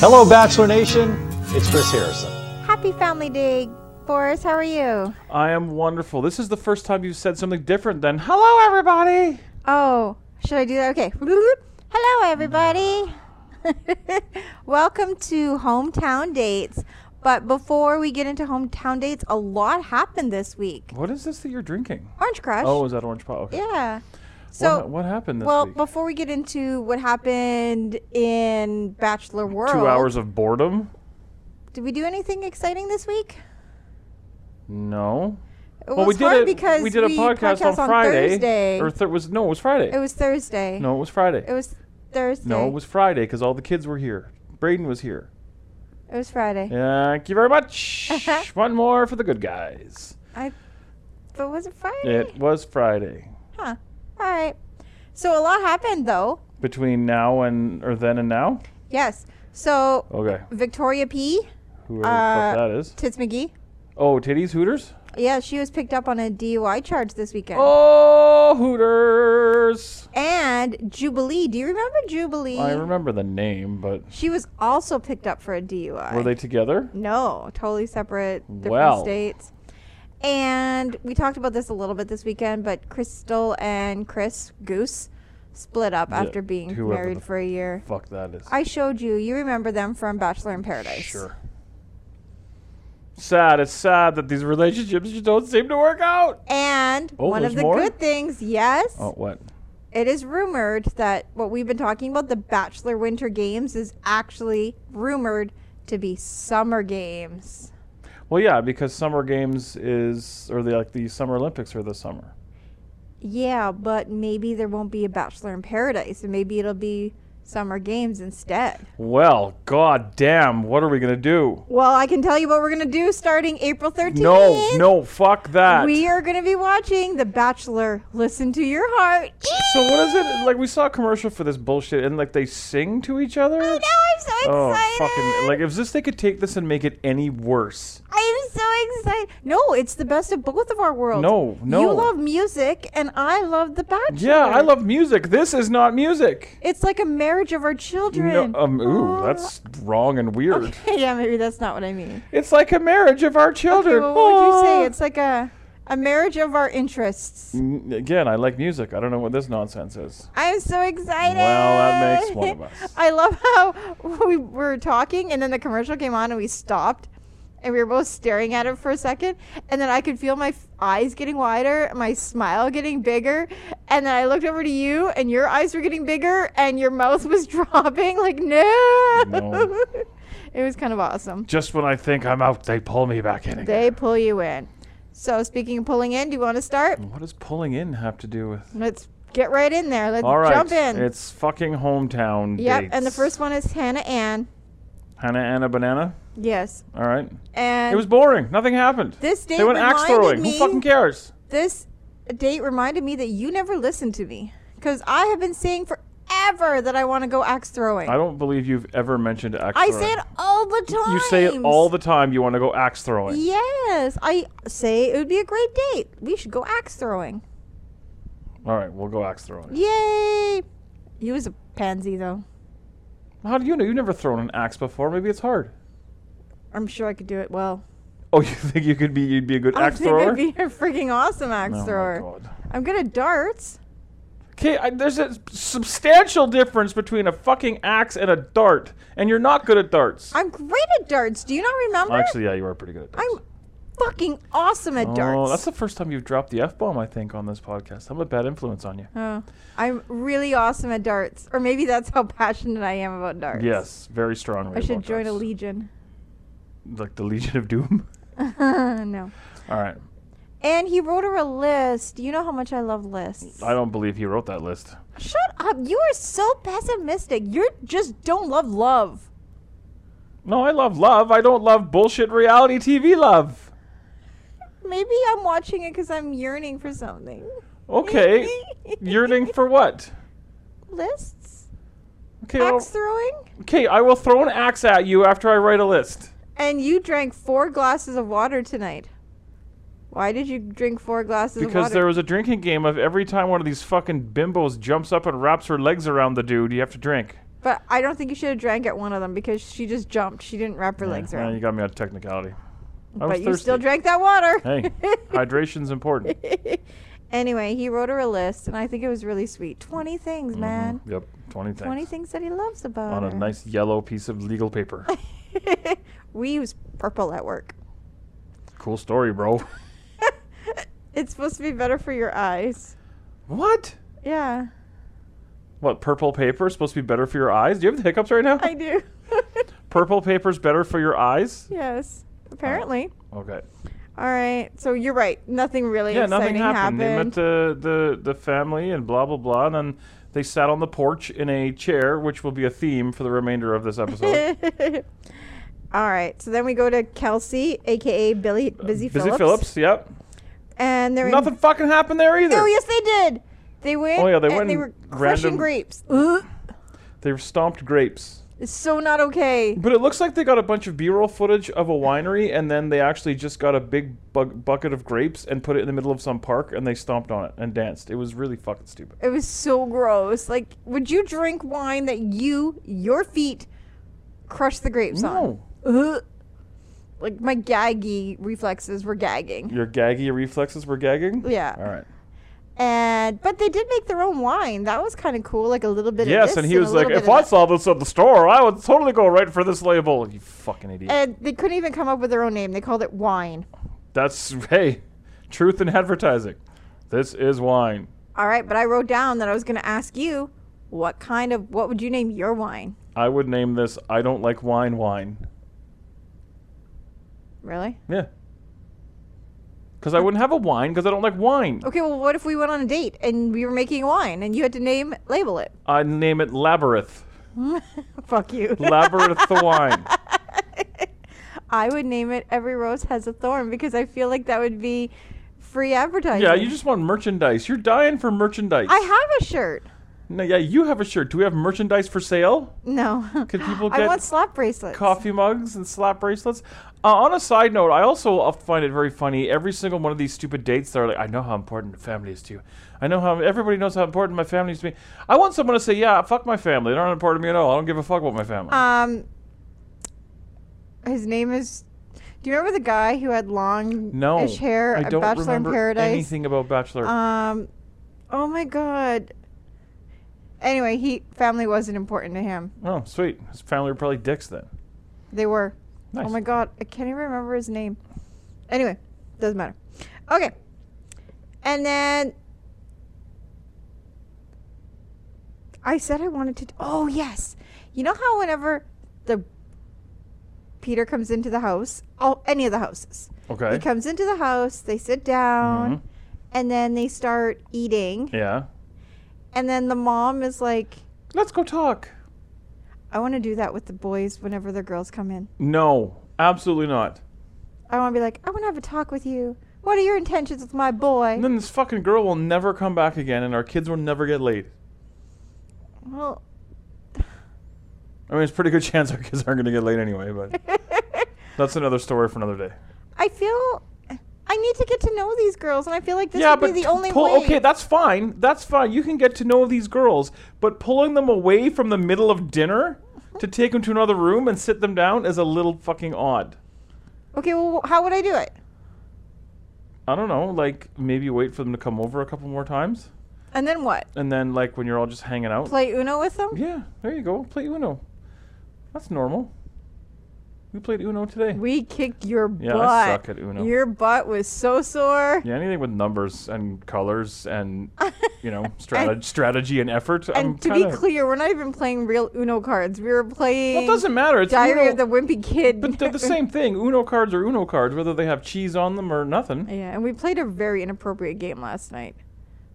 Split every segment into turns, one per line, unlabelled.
Hello, Bachelor Nation. It's Chris Harrison.
Happy Family Day, Boris. How are you?
I am wonderful. This is the first time you've said something different than "Hello, everybody."
Oh, should I do that? Okay. Hello, everybody. Welcome to Hometown Dates. But before we get into Hometown Dates, a lot happened this week.
What is this that you're drinking?
Orange Crush.
Oh, is that orange pop? Okay.
yeah.
What
So,
ha- what happened this
well,
week?
before we get into what happened in Bachelor World,
Two hours of boredom?
Did we do anything exciting this week?
No.
It
well,
was
we did
hard
a,
because
we did a podcast, on Friday.
Thursday.
Or th- was no, it was Friday.
it was Thursday.
no, it was Friday.
It was Thursday.
no, it was Friday because all the kids were here. Braden was here.
It was Friday.
Thank you very
Uh-huh.
much. One more for the good guys.
I. But was it Friday?
It was Friday.
Huh. All right. So a lot happened though.
Between now and or then and now.
Yes. So
Okay.
Victoria P.
Whoever
Uh,
the fuck that is.
Tits McGee.
Oh, titties, Hooters.
Yeah, she was picked up on a DUI charge this weekend.
Oh, Hooters.
And Jubilee. Do you remember Jubilee?
I remember the name, but
She was also picked up for a DUI.
were they together?
No, totally separate, different
Wow.
states. And we talked about this a little bit this weekend, but Crystal and Chris Goose split up
Yeah,
after being
whoever
married
the
for a year.
Fuck that is.
I showed you. You remember them from Bachelor in Paradise.
Sure. Sad. It's sad that these relationships just don't seem to work out.
And
Oh,
one
there's
of the
more?
good things, yes,
Oh, what?
it is rumored that what we've been talking about, the Bachelor Winter Games, is actually rumored to be Summer Games.
Well, yeah, because summer games is, or the like, the summer Olympics are this summer.
Yeah, but maybe there won't be a Bachelor in Paradise, and maybe it'll be Summer Games instead.
Well, god damn, what are we gonna do?
Well, I can tell you what we're gonna do starting April 13th.
No, no, fuck that.
We are gonna be watching The Bachelor. Listen to your heart.
so what is it? Like we saw a commercial for this bullshit, and like they sing to each other.
Now I'm so excited.
Oh, fucking! Like, if this they could take this and make it any worse.
I am so excited. No, it's the best of both of our worlds.
No, no.
You love music, and I love The Bachelor.
Yeah, I love music. This is not music.
It's like a marriage of our children.
No, um, ooh,
Oh.
that's wrong and weird.
yeah, maybe that's not what I mean.
It's like a marriage of our children.
Okay, well, what would you
Ah.
say? It's like a a marriage of our interests.
N- Again, I like music. I don't know what this nonsense is.
I'm so excited.
that makes one of us.
I love how we were talking and then the commercial came on and we stopped and we were both staring at it for a second and then I could feel my f- eyes getting wider, my smile getting bigger, and then I looked over to you and your eyes were getting bigger and your mouth was dropping like no.
No.
it was kind of awesome.
Just when I think I'm out, they pull me back in. again.
They pull you in. So speaking of pulling in, do you want to start?
What does pulling in have to do with?
Let's get right in there. Let's
All right,
jump in.
it's fucking hometown.
yep,
dates.
and the first one is Hannah Ann.
Hannah Anna Banana.
Yes,
All right,
and
it was boring. Nothing happened.
this date
they went axe
reminded
throwing.
me.
Who fucking cares?
this date reminded me that you never listened to me because I have been saying forever that I want to go axe throwing.
I don't believe you've ever mentioned axe
I
throwing.
say it all the time.
You say it all the time. You want to go axe throwing.
Yes, I say it would be a great date. We should go axe throwing.
All right, we'll go axe throwing.
Yay! You was a pansy though.
How do you know? You've never thrown an axe before. Maybe it's hard.
I'm sure I could do it well.
Oh, you think you could be? You'd be a good axe
I think
thrower.
I'd be a freaking awesome axe
oh
thrower.
my god.
I'm good at darts.
Okay, I, there's a substantial difference between a fucking axe and a dart, and you're not good at darts.
I'm great at darts. Do you not remember?
Actually, yeah, you are pretty good at darts.
I'm fucking awesome at
Oh,
darts.
that's the first time you've dropped the f bomb. I think on this podcast. I'm a bad influence on you.
Oh, I'm really awesome at darts, or maybe that's how passionate I am about darts.
Yes, very strong.
I should join a legion.
like the Legion of Doom.
no.
All right,
And he wrote her a list. You know how much I love lists.
I don't believe he wrote that list.
Shut up. You are so pessimistic. You just don't love love.
No, I love love. I don't love bullshit reality TV love.
Maybe I'm watching it because I'm yearning for something.
Okay. Yearning for what?
lists?
Okay, well-
Axe throwing?
okay, I will throw an axe at you after I write a list.
And you drank four glasses of water tonight. Why did you drink four glasses of
Because
water?
there was a drinking game of every time one of these fucking bimbos jumps up and wraps her legs around the dude, you have to drink.
But I don't think you should have drank at one of them because she just jumped. She didn't wrap her legs
Yeah, you
around.
got me on technicality. I was
But you still
thirsty.
drank that water.
Hey, hydration's important.
Anyway, he wrote her a list, and I think it was really sweet. 20 things, man.
Yep, 20 things.
20 things that he loves about
Mm-hmm. on a
her.
nice yellow piece of legal paper.
we use purple at work.
cool story, bro.
It's supposed to be better for your eyes.
What?
Yeah,
What, purple paper is supposed to be better for your eyes? Do you have the hiccups right now?
I do.
Purple paper's better for your eyes?
yes, apparently.
Okay.
All right, so you're right. Nothing really
yeah, nothing
exciting
happened.
happened.
They met the, the, the family and blah, blah, blah. And then they sat on the porch in a chair, which will be a theme for the remainder of this episode.
All right, so then we go to Kelsey, aka Billy Busy,
Uh, Busy Phillips, yep.
and they're
Nothing
In-
fucking happened there either.
oh yes, they did. They went.
Oh, yeah, they
and
went
They
and
were crushing
random-
grapes. Ugh,
They've stomped grapes.
it's so not okay.
But it looks like they got a bunch of B-roll footage of a winery, and then they actually just got a big bu- bucket of grapes and put it in the middle of some park, and they stomped on it and danced. It was really fucking stupid.
It was so gross. Like, would you drink wine that you your feet crushed the grapes on? Ugh. Like my gaggy reflexes were gagging.
your gaggy reflexes were gagging.
Oh, Yeah.
All right.
And but they did make their own wine. That was kind of cool. Like a little bit. of
Yes,
this
and he
a
was
little
like,
bit
"If
of
I
that."
saw this at the store, I would totally go right for this label." You fucking idiot.
And they couldn't even come up with their own name. They called it wine.
That's hey, truth in advertising. This is wine.
All right, but I wrote down that I was going to ask you what kind of what would you name your wine?
I would name this "I don't like wine" wine.
Really?
Yeah. Because I wouldn't have a wine because I don't like wine.
Okay, well, what if we went on a date and we were making wine and you had to name label it?
I'd name it Labyrinth.
Fuck you.
Labyrinth the wine.
I would name it Every Rose Has a Thorn because I feel like that would be free advertising.
Yeah, you just want merchandise. You're dying for merchandise.
I have a shirt.
no, yeah, you have a shirt. Do we have merchandise for sale?
No.
Could people
I
get
want slap bracelets.
Coffee mugs and slap bracelets. Uh, on a side note, I also uh, find it very funny. Every single one of these stupid dates, they're like, I know how important family is to you. I know how everybody knows how important my family is to me. I want someone to say, Yeah, fuck my family. They're not important to me at all. I don't give a fuck about my family.
Um his name is Do you remember the guy who had long
no.
ish hair
I
at
don't
Bachelor
remember
in Paradise?
anything about Bachelor.
Um, oh my god. Anyway, he family wasn't important to him.
oh, sweet. His family were probably dicks then.
They were.
Nice.
Oh my god, I can't even remember his name. Anyway, doesn't matter. Okay, and then I said I wanted to. Oh yes, you know how whenever the Peter comes into the house, oh any of the houses,
Okay.
he comes into the house, they sit down,
Mhm.
and then they start eating.
Yeah.
And then the mom is like,
Let's go talk.
I want to do that with the boys whenever the girls come in.
No, absolutely not.
I want to be like, I want to have a talk with you. What are your intentions with my boy?
And then this fucking girl will never come back again, and our kids will never get laid.
Well,
I mean, it's a pretty good chance our kids aren't going to get laid anyway, but that's another story for another day.
I feel I need to get to know these girls, and I feel like this
yeah,
would
but
be the
t-
only
pull,
way.
okay, that's fine. That's fine. You can get to know these girls, but pulling them away from the middle of dinner to take them to another room and sit them down is a little fucking odd.
okay, well, how would I do it?
I don't know, like maybe wait for them to come over a couple more times,
And then what?
and then like when you're all just hanging out,
Play Uno with them?
Yeah, there you go. Play Uno. That's normal. We played Uno today.
We kicked your
Yeah, I
butt.
suck at Uno.
Your butt was so sore.
yeah, anything with numbers and colors and you know strategy, strategy and effort. I'm
And to
kinda,
be clear, we're not even playing real Uno cards. We were
well, it
playing
doesn't matter. It's
Diary
Uno,
of the Wimpy Kid.
but they're the same thing. Uno cards are Uno cards, whether they have cheese on them or nothing.
Yeah, and we played a very inappropriate game last night.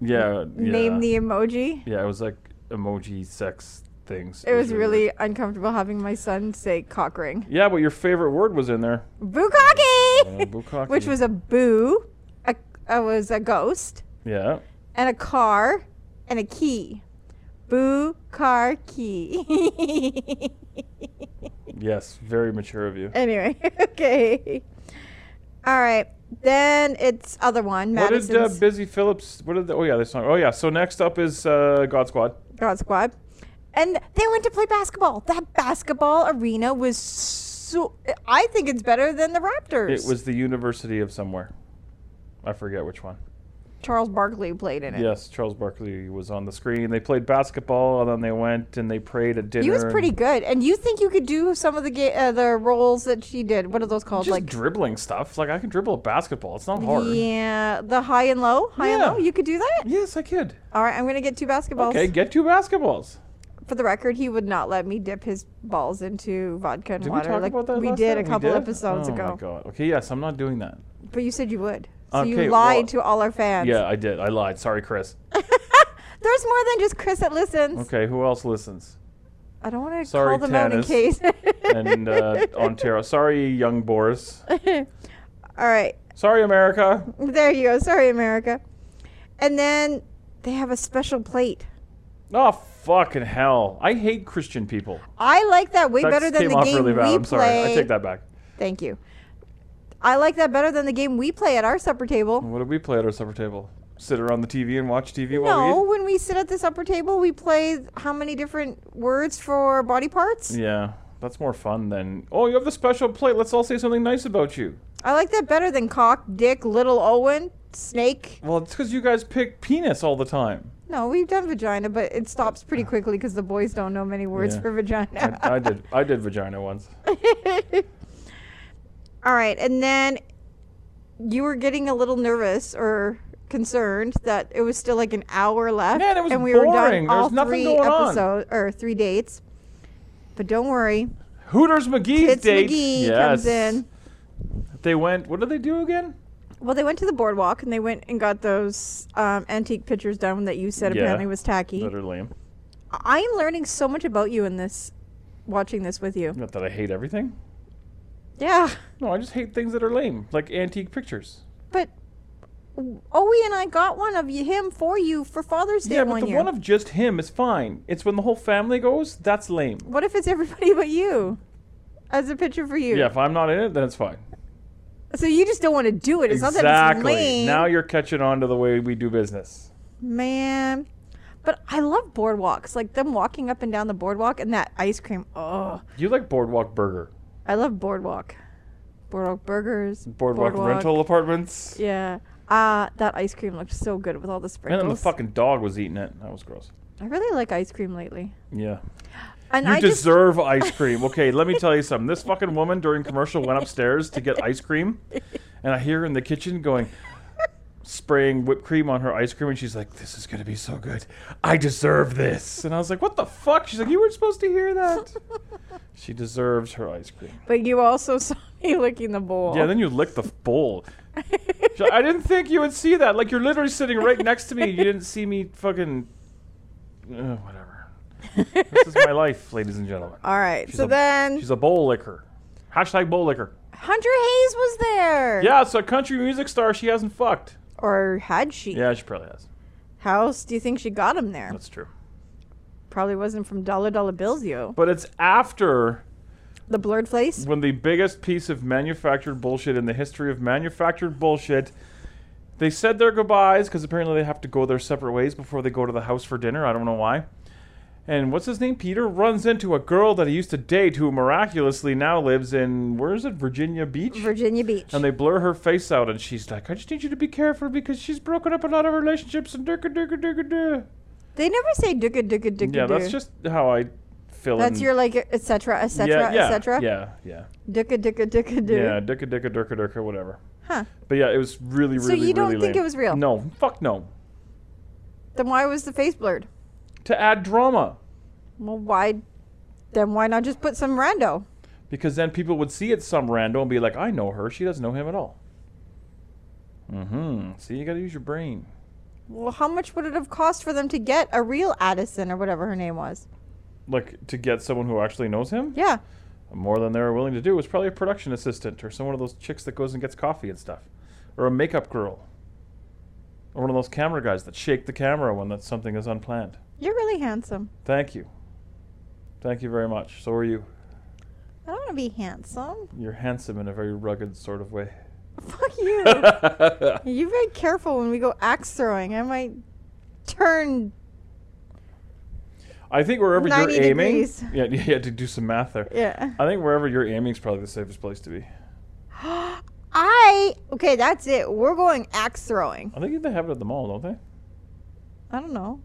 Yeah, yeah.
Name the emoji.
Yeah, it was like emoji sex things.
It was really
weird.
uncomfortable having my son say cock ring.
Yeah, but your favorite word was in there. Oh, Uh,
Bukkake!
bukkake.
Which was a boo, a, a was a ghost,
Yeah.
and a car, and a key. Boo, car, key.
Yes, very mature of you.
anyway, okay. All right. Then it's other one,
What did uh,
Madison's
Busy Phillips? What did? The, oh yeah, this song. Oh yeah. So next up is uh, God Squad.
God Squad. And they went to play basketball. That basketball arena was so. I think it's better than the Raptors.
It was the University of somewhere. I forget which one.
Charles Barkley played in it.
Yes, Charles Barkley was on the screen. They played basketball, and then they went and they prayed at dinner.
He was
and
pretty good, and you think you could do some of the ga- uh, the roles that she did? What are those called?
Just
like
dribbling stuff. Like I can dribble a basketball. It's not hard.
yeah, the high and low, high and
Yeah.
low. You could do that.
Yes, I could.
All right, I'm gonna get two basketballs.
Okay, get two basketballs.
For the record, he would not let me dip his balls into vodka and
Did
water.
we talk
like
about that?
we
last
did
time?
a couple
did?
episodes
oh
ago.
my god. Okay, yes, I'm not doing that.
But you said you would. So
Okay,
you lied
well-
to all our fans.
Yeah, I did. I lied. Sorry, Chris.
There's more than just Chris that listens.
Okay, who else listens?
I don't want to
Sorry,
call them out in
Tanis.
case.
And uh, Ontario. Sorry, young Boris.
all right.
Sorry, America.
There you go. Sorry, America. And then they have a special plate.
Oh fucking hell! I hate Christian people.
I like that way
That
better than
came
the
off
game
really bad.
we
I'm sorry.
play.
I take that back.
Thank you. I like that better than the game we play at our supper table.
What did we play at our supper table? Sit around the TV and watch TV
No,
while
when we sit at the supper table, we play how many different words for body parts?
we eat? Yeah, that's more fun than. Oh, you have the special plate. Let's all say something nice about you.
I like that better than cock, dick, little Owen, snake.
Well, it's because you guys pick penis all the time.
No, we've done vagina, but it stops pretty quickly because the boys don't know many words
Yeah.
for vagina.
I, I did. I did vagina once.
All right, and then you were getting a little nervous or concerned that it was still like an hour left,
Man, it was
and we were
boring.
done
There
all
was nothing
three
going on.
episodes or three dates. But don't worry,
Hooters McGee's
Tits
date.
McGee
yes.
comes in.
They went. What did they do again?
Well, they went to the boardwalk and they went and got those um, antique pictures done that you said
Yeah.
apparently was tacky.
That are lame.
I am learning so much about you in this, watching this with you.
Not that I hate everything.
Yeah,
No, I just hate things that are lame, like antique pictures.
but Owie and I got one of you, him for you for Father's Day
yeah,
one
but the
year.
one of just him is fine. It's when the whole family goes. That's lame.
what if it's everybody but you? As a picture for you.
Yeah, if I'm not in it, then it's fine.
So you just don't want to do it. It's not that it's
Exactly.
lame.
Now you're catching on to the way we do business.
Man. But I love boardwalks. Like them walking up and down the boardwalk and that ice cream. Oh,
You like Boardwalk Burger,
I love boardwalk. Boardwalk burgers.
Boardwalk, rental apartments,
Yeah. Uh, that ice cream looked so good with all the
and
sprinkles.
then the fucking dog was eating it. That was gross.
I really like ice cream lately.
Yeah.
And
You
I just
deserve ice cream. Okay, let me tell you something. This fucking woman during commercial went upstairs to get ice cream, and I hear her in the kitchen going, spraying whipped cream on her ice cream, and she's like, "This is gonna be so good. I deserve this." And I was like, "What the fuck?" She's like, "You weren't supposed to hear that." she deserves her ice cream.
But you also saw me licking the bowl.
Yeah, then you lick the bowl. She's like, I didn't think you would see that. Like you're literally sitting right next to me. You didn't see me fucking. Uh, whatever. this is my life, ladies and gentlemen.
all right.
She's
so
a-
then
She's a bowl licker. Hashtag bowl licker.
Hunter Hayes was there.
Yeah, it's a country music star she hasn't fucked.
Or had she?
Yeah, she probably has.
How else do you think she got him there?
That's true.
Probably wasn't from Dollar Dollar Bills, yo.
But it's after
The blurred face?
when the biggest piece of manufactured bullshit in the history of manufactured bullshit. They said their goodbyes because apparently they have to go their separate ways before they go to the house for dinner. I don't know why. And what's his name? Peter runs into a girl that he used to date who miraculously now lives in, where is it? Virginia Beach?
Virginia Beach.
And they blur her face out, and she's like, I just need you to be careful because she's broken up a lot of relationships and durka durka durka durka.
They never say dugga dugga dugga
Yeah, that's
doo.
just how I feel.
That's your like etc etc
yeah,
etc
Yeah, yeah.
dugga dugga dugga doo.
Yeah, durka durka durka durka, whatever.
Huh.
But yeah, it was really, really,
So you don't
really
think
lame.
it was real?
No, fuck no.
Then why was the face blurred?
To add drama,
Well, why? Then why not just put some rando?
because then people would see it some rando and be like, I know her. She doesn't know him at all. Mm-hmm. See, you got to use your brain.
Well, how much would it have cost for them to get a real Addison or whatever her name was?
Like to get someone who actually knows him,
Yeah.
more than they were willing to do was probably a production assistant or some one of those chicks that goes and gets coffee and stuff, or a makeup girl, or one of those camera guys that shake the camera when that something is unplanned.
You're really handsome.
Thank you. Thank you very much. So are you.
I don't want to be handsome.
You're handsome in a very rugged sort of way.
Fuck you. you very careful when we go axe throwing. I might turn.
I think wherever you're
90
aiming,
degrees.
yeah, you had to do some math there.
Yeah.
I think wherever you're aiming is probably the safest place to be.
I okay, that's it. We're going axe throwing.
I think they have it at the mall, don't they?
I don't know.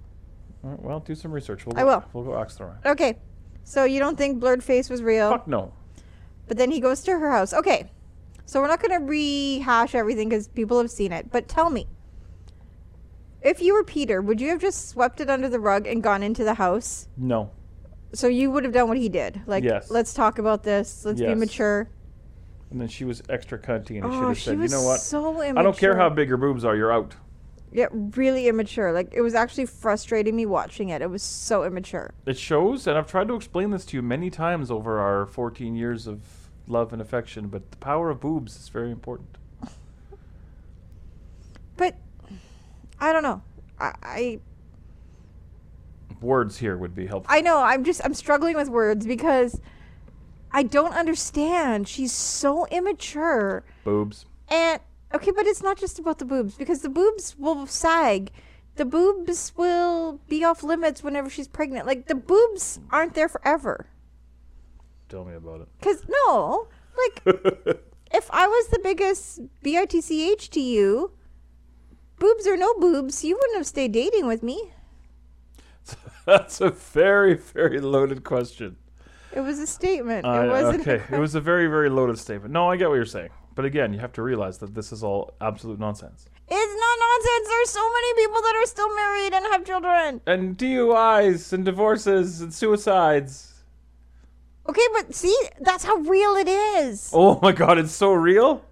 All right, well, do some research. We'll
I
go,
will.
We'll go axe throwing.
Okay, so you don't think blurred face was real?
Fuck no.
But then he goes to her house. Okay. So we're not going to rehash everything because people have seen it. But tell me, if you were Peter, would you have just swept it under the rug and gone into the house?
No.
So you would have done what he did. Like,
Yes.
let's talk about this. Let's be
Yes.
mature.
And then she was extra cunty, and he should
Oh,
have
she
said, "You
was
know what?
so immature.
I don't care how big your boobs are. You're out."
Yeah, really immature. Like, it was actually frustrating me watching it. It was so immature.
It shows, and I've tried to explain this to you many times over our 14 years of love and affection. But the power of boobs is very important.
But I don't know. I, I
Words here would be helpful.
I know. I'm just I'm struggling with words because I don't understand. She's so immature.
boobs.
And okay, but it's not just about the boobs because the boobs will sag. The boobs will be off limits whenever she's pregnant. Like the boobs aren't there forever.
Tell me about it.
Cuz no. Like if I was the biggest bitch to you, boobs or no boobs, you wouldn't have stayed dating with me.
That's a very, very loaded question.
It was a statement.
I-
it wasn't a
okay, it was a very, very loaded statement. No, I get what you're saying. But again, you have to realize that this is all absolute nonsense.
It's not nonsense. There's so many people that are still married and have children.
And DUIs and divorces and suicides.
Okay, but see, that's how real it is.
Oh my god, it's so real.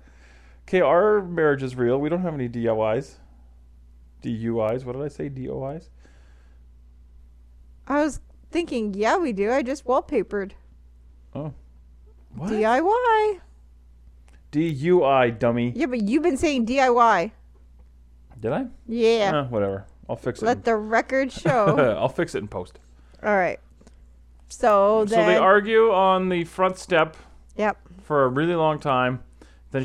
Okay, our marriage is real. We don't have any DUIs. DUIs. What did I say? DOIs?
I was thinking, yeah, we do. I just wallpapered.
Oh. What?
DIY.
DUI, dummy.
Yeah, but you've been saying DIY.
Did I?
Yeah.
Eh, whatever. I'll fix it.
Let the record show.
I'll fix it in post.
All right. So
So
then.
they argue on the front step
Yep.
for a really long time. Then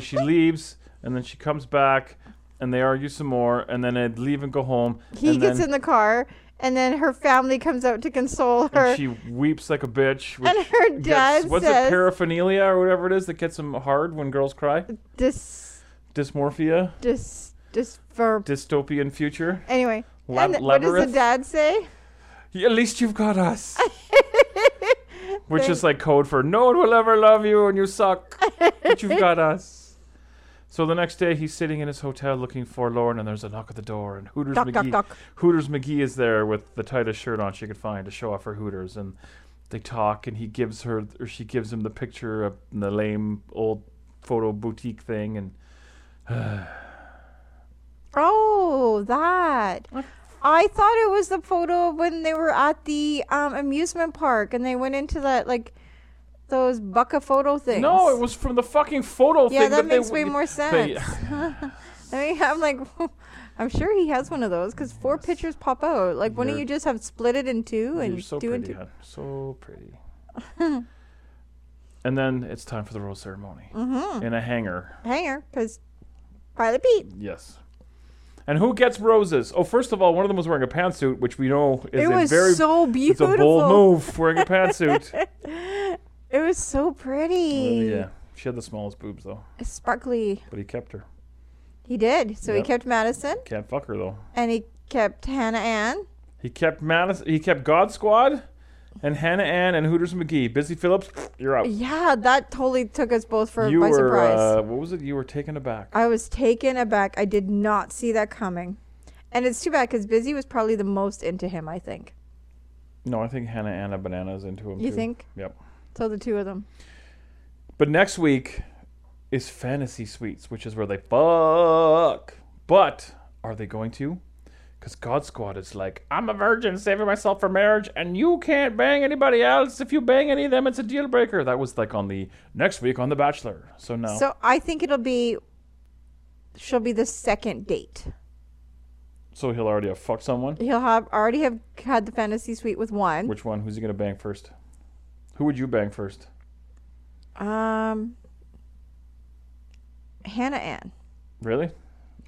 she leaves, and then she comes back, and they argue some more, and then they leave and go home.
He
and
gets
then
in the car, and then her family comes out to console her.
and she weeps like a bitch. which
And her
gets-
dad
what's
says-
it paraphernalia or whatever it is that gets them hard when girls cry?
Uh, Dis.
Dysmorphia,
Dis. Dis. Verb.
dystopian future.
Anyway.
Lab-
and what does the
labyrinth?
dad say?
Y- At least you've got us. Which is like code for no one will ever love you and you suck, but you've got us. So the next day he's sitting in his hotel looking forlorn and there's a knock at the door and Hooters
Knock, knock,
McGee
knock.
Hooters McGee is there with the tightest shirt on she could find to show off her Hooters and they talk and he gives her or she gives him the picture of the lame old photo boutique thing and
Oh, that. I thought it was the photo of when they were at the um, amusement park and they went into that like those bucka photo things.
No, it was from the fucking photo
Yeah,
thing.
that
but they
makes way
w-
more
they-
sense. I mean, I'm like, I'm sure he has one of those because four pictures pop out. Like, wouldn't
You're-
you just have split it in two and
You're so
do
pretty,
into?
hon. So pretty. and then it's time for the rose ceremony
Mm-hmm.
in a hangar.
Hanger because Pilot Pete.
Yes. And who gets roses? Oh, first of all, one of them was wearing a pantsuit, which we know is
It
a
was
very
so
it's
beautiful.
a bold move wearing a pantsuit.
It was so pretty.
yeah, she had the smallest boobs though,
Sparkly.
but he kept her.
He did. So he
Yep.
kept Madison
Can't fuck her though.
and he kept Hannah Ann.
He kept Madison. He kept God Squad, and Hannah Ann and Hooters McGee. Busy Phillips, you're out.
Yeah, that totally took us both for
you
by
were
surprise.
Uh, what was it? You were taken aback.
I was taken aback. I did not see that coming, and it's too bad because Busy was probably the most into him. I think.
No, I think Hannah Anna Banana's into him.
You
too.
think?
Yep.
So the two of them.
But next week is Fantasy Suites, which is where they fuck. But are they going to? Because God Squad is like, I'm a virgin saving myself for marriage, and you can't bang anybody else. If you bang any of them, it's a deal breaker. That was like on the next week on The Bachelor. So no. So,
So I think it'll be. She'll be the second date.
he'll already have fucked someone.
He'll have already have had the fantasy suite with one.
Which one? Who's he going to bang first? Who would you bang first?
Um. Hannah Ann.
Really?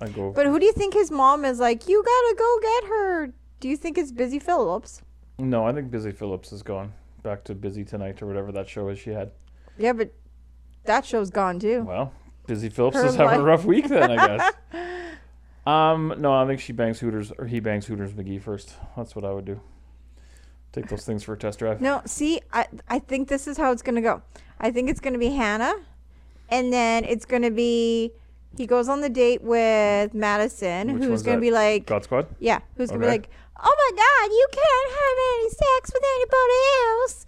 I go.
But who do you think his mom is like? You gotta go get her. Do you think it's Busy Phillips?
No, I think Busy Phillips is gone back to Busy Tonight or whatever that show is she had.
Yeah, but that show's gone too.
Well, Busy Phillips
Her
is having a
life-
rough week then, I guess. Um, no, I think she bangs Hooters or he bangs Hooters McGee first. That's what I would do. Take those things for a test drive.
No, see, I I think this is how it's gonna go. I think it's gonna be Hannah, and then it's gonna be he goes on the date with Madison,
Which
who's
one's
gonna
that?
be like,
God Squad.
yeah, who's gonna be
Okay.
like, oh my God, you can't have any sex with anybody else.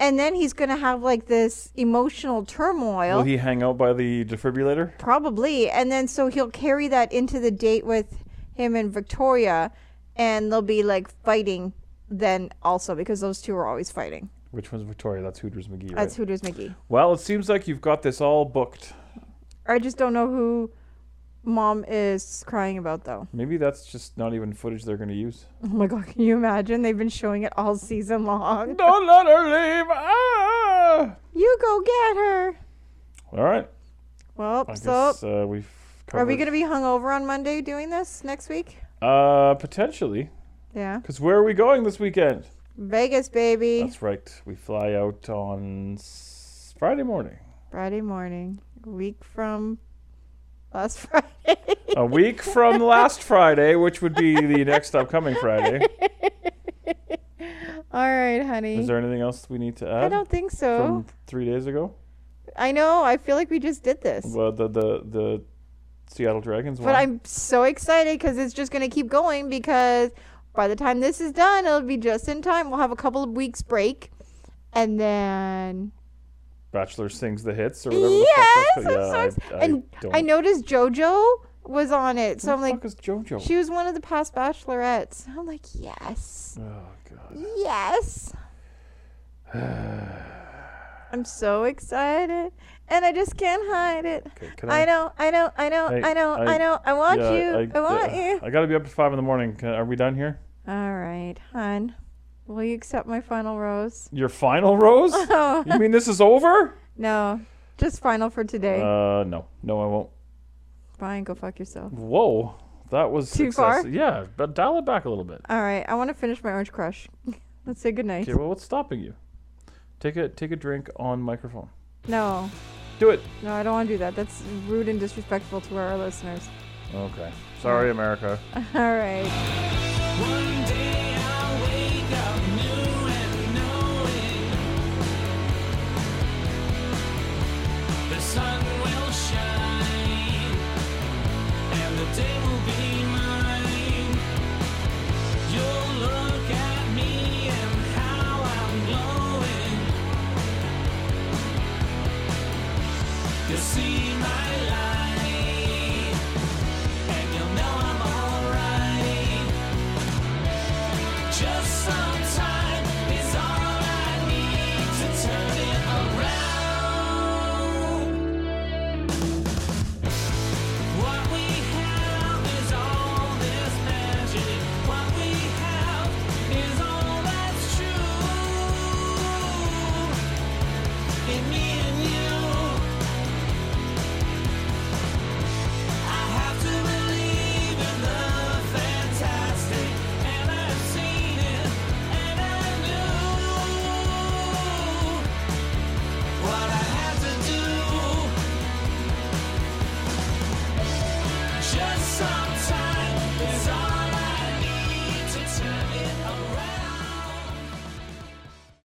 And then he's gonna have like this emotional turmoil,
Will he hang out by the defibrillator?
probably, and then so he'll carry that into the date with him and Victoria, and they'll be like fighting then also because those two are always fighting.
Which one's Victoria? That's Hooters McGee, right?
That's Hooters McGee.
well, it seems like you've got this all booked.
I just don't know who mom is crying about though.
Maybe that's just not even footage they're going to use.
Oh my god, can you imagine? They've been showing it all season long.
Don't let her leave. Ah!
You go get her.
All right.
Well,
I
so
guess uh, we've covered.
are we gonna be hungover on Monday doing this next week?
Uh, potentially.
Yeah,
Because where are we going this weekend?
Vegas, baby.
That's right. We fly out on s- Friday morning.
Friday morning, a week from last Friday.
A week from last Friday, which would be the next upcoming Friday.
all right, honey.
Is there anything else we need to add?
I don't think so.
from three days ago?
I know. I feel like we just did this.
Well, the the the Seattle Dragons
But
won.
I'm so excited because it's just going to keep going because by the time this is done, it'll be just in time. We'll have a couple of weeks break. And then
Bachelor sings the hits or whatever.
yes,
the
I'm
fuck that's
so
called.
ex-
yeah, I, I
and
don't.
I noticed JoJo was on it, so
Who
I'm
the
like,
fuck is JoJo?
she was one of the past Bachelorettes. I'm like, yes,
oh god.
yes. I'm so excited, and I just can't hide it.
Okay, can
I, know, I know, I know,
Hey,
I know,
I-
I know. I want
yeah,
you. I, want
yeah,
you.
I gotta be up at five in the morning. Can, are we done here?
All right, hon. Will you accept my final rose?
Your final rose?
Oh,
you mean this is over?
no. Just final for today.
Uh, no, no, I won't.
Fine, go fuck yourself.
Whoa, that was
Too far?
excessive. Yeah, but dial it back a little bit.
All right, I want to finish my orange crush. Let's say goodnight.
Okay, well, what's stopping you? Take a take a drink on microphone.
No,
Do it.
no, I don't want to do that. That's rude and disrespectful to our listeners.
Okay. Sorry, America.
All right.
One day I'll wake up new and knowing the sun will shine and the day will be mine. You'll look at me and how I'm glowing. You'll see my light.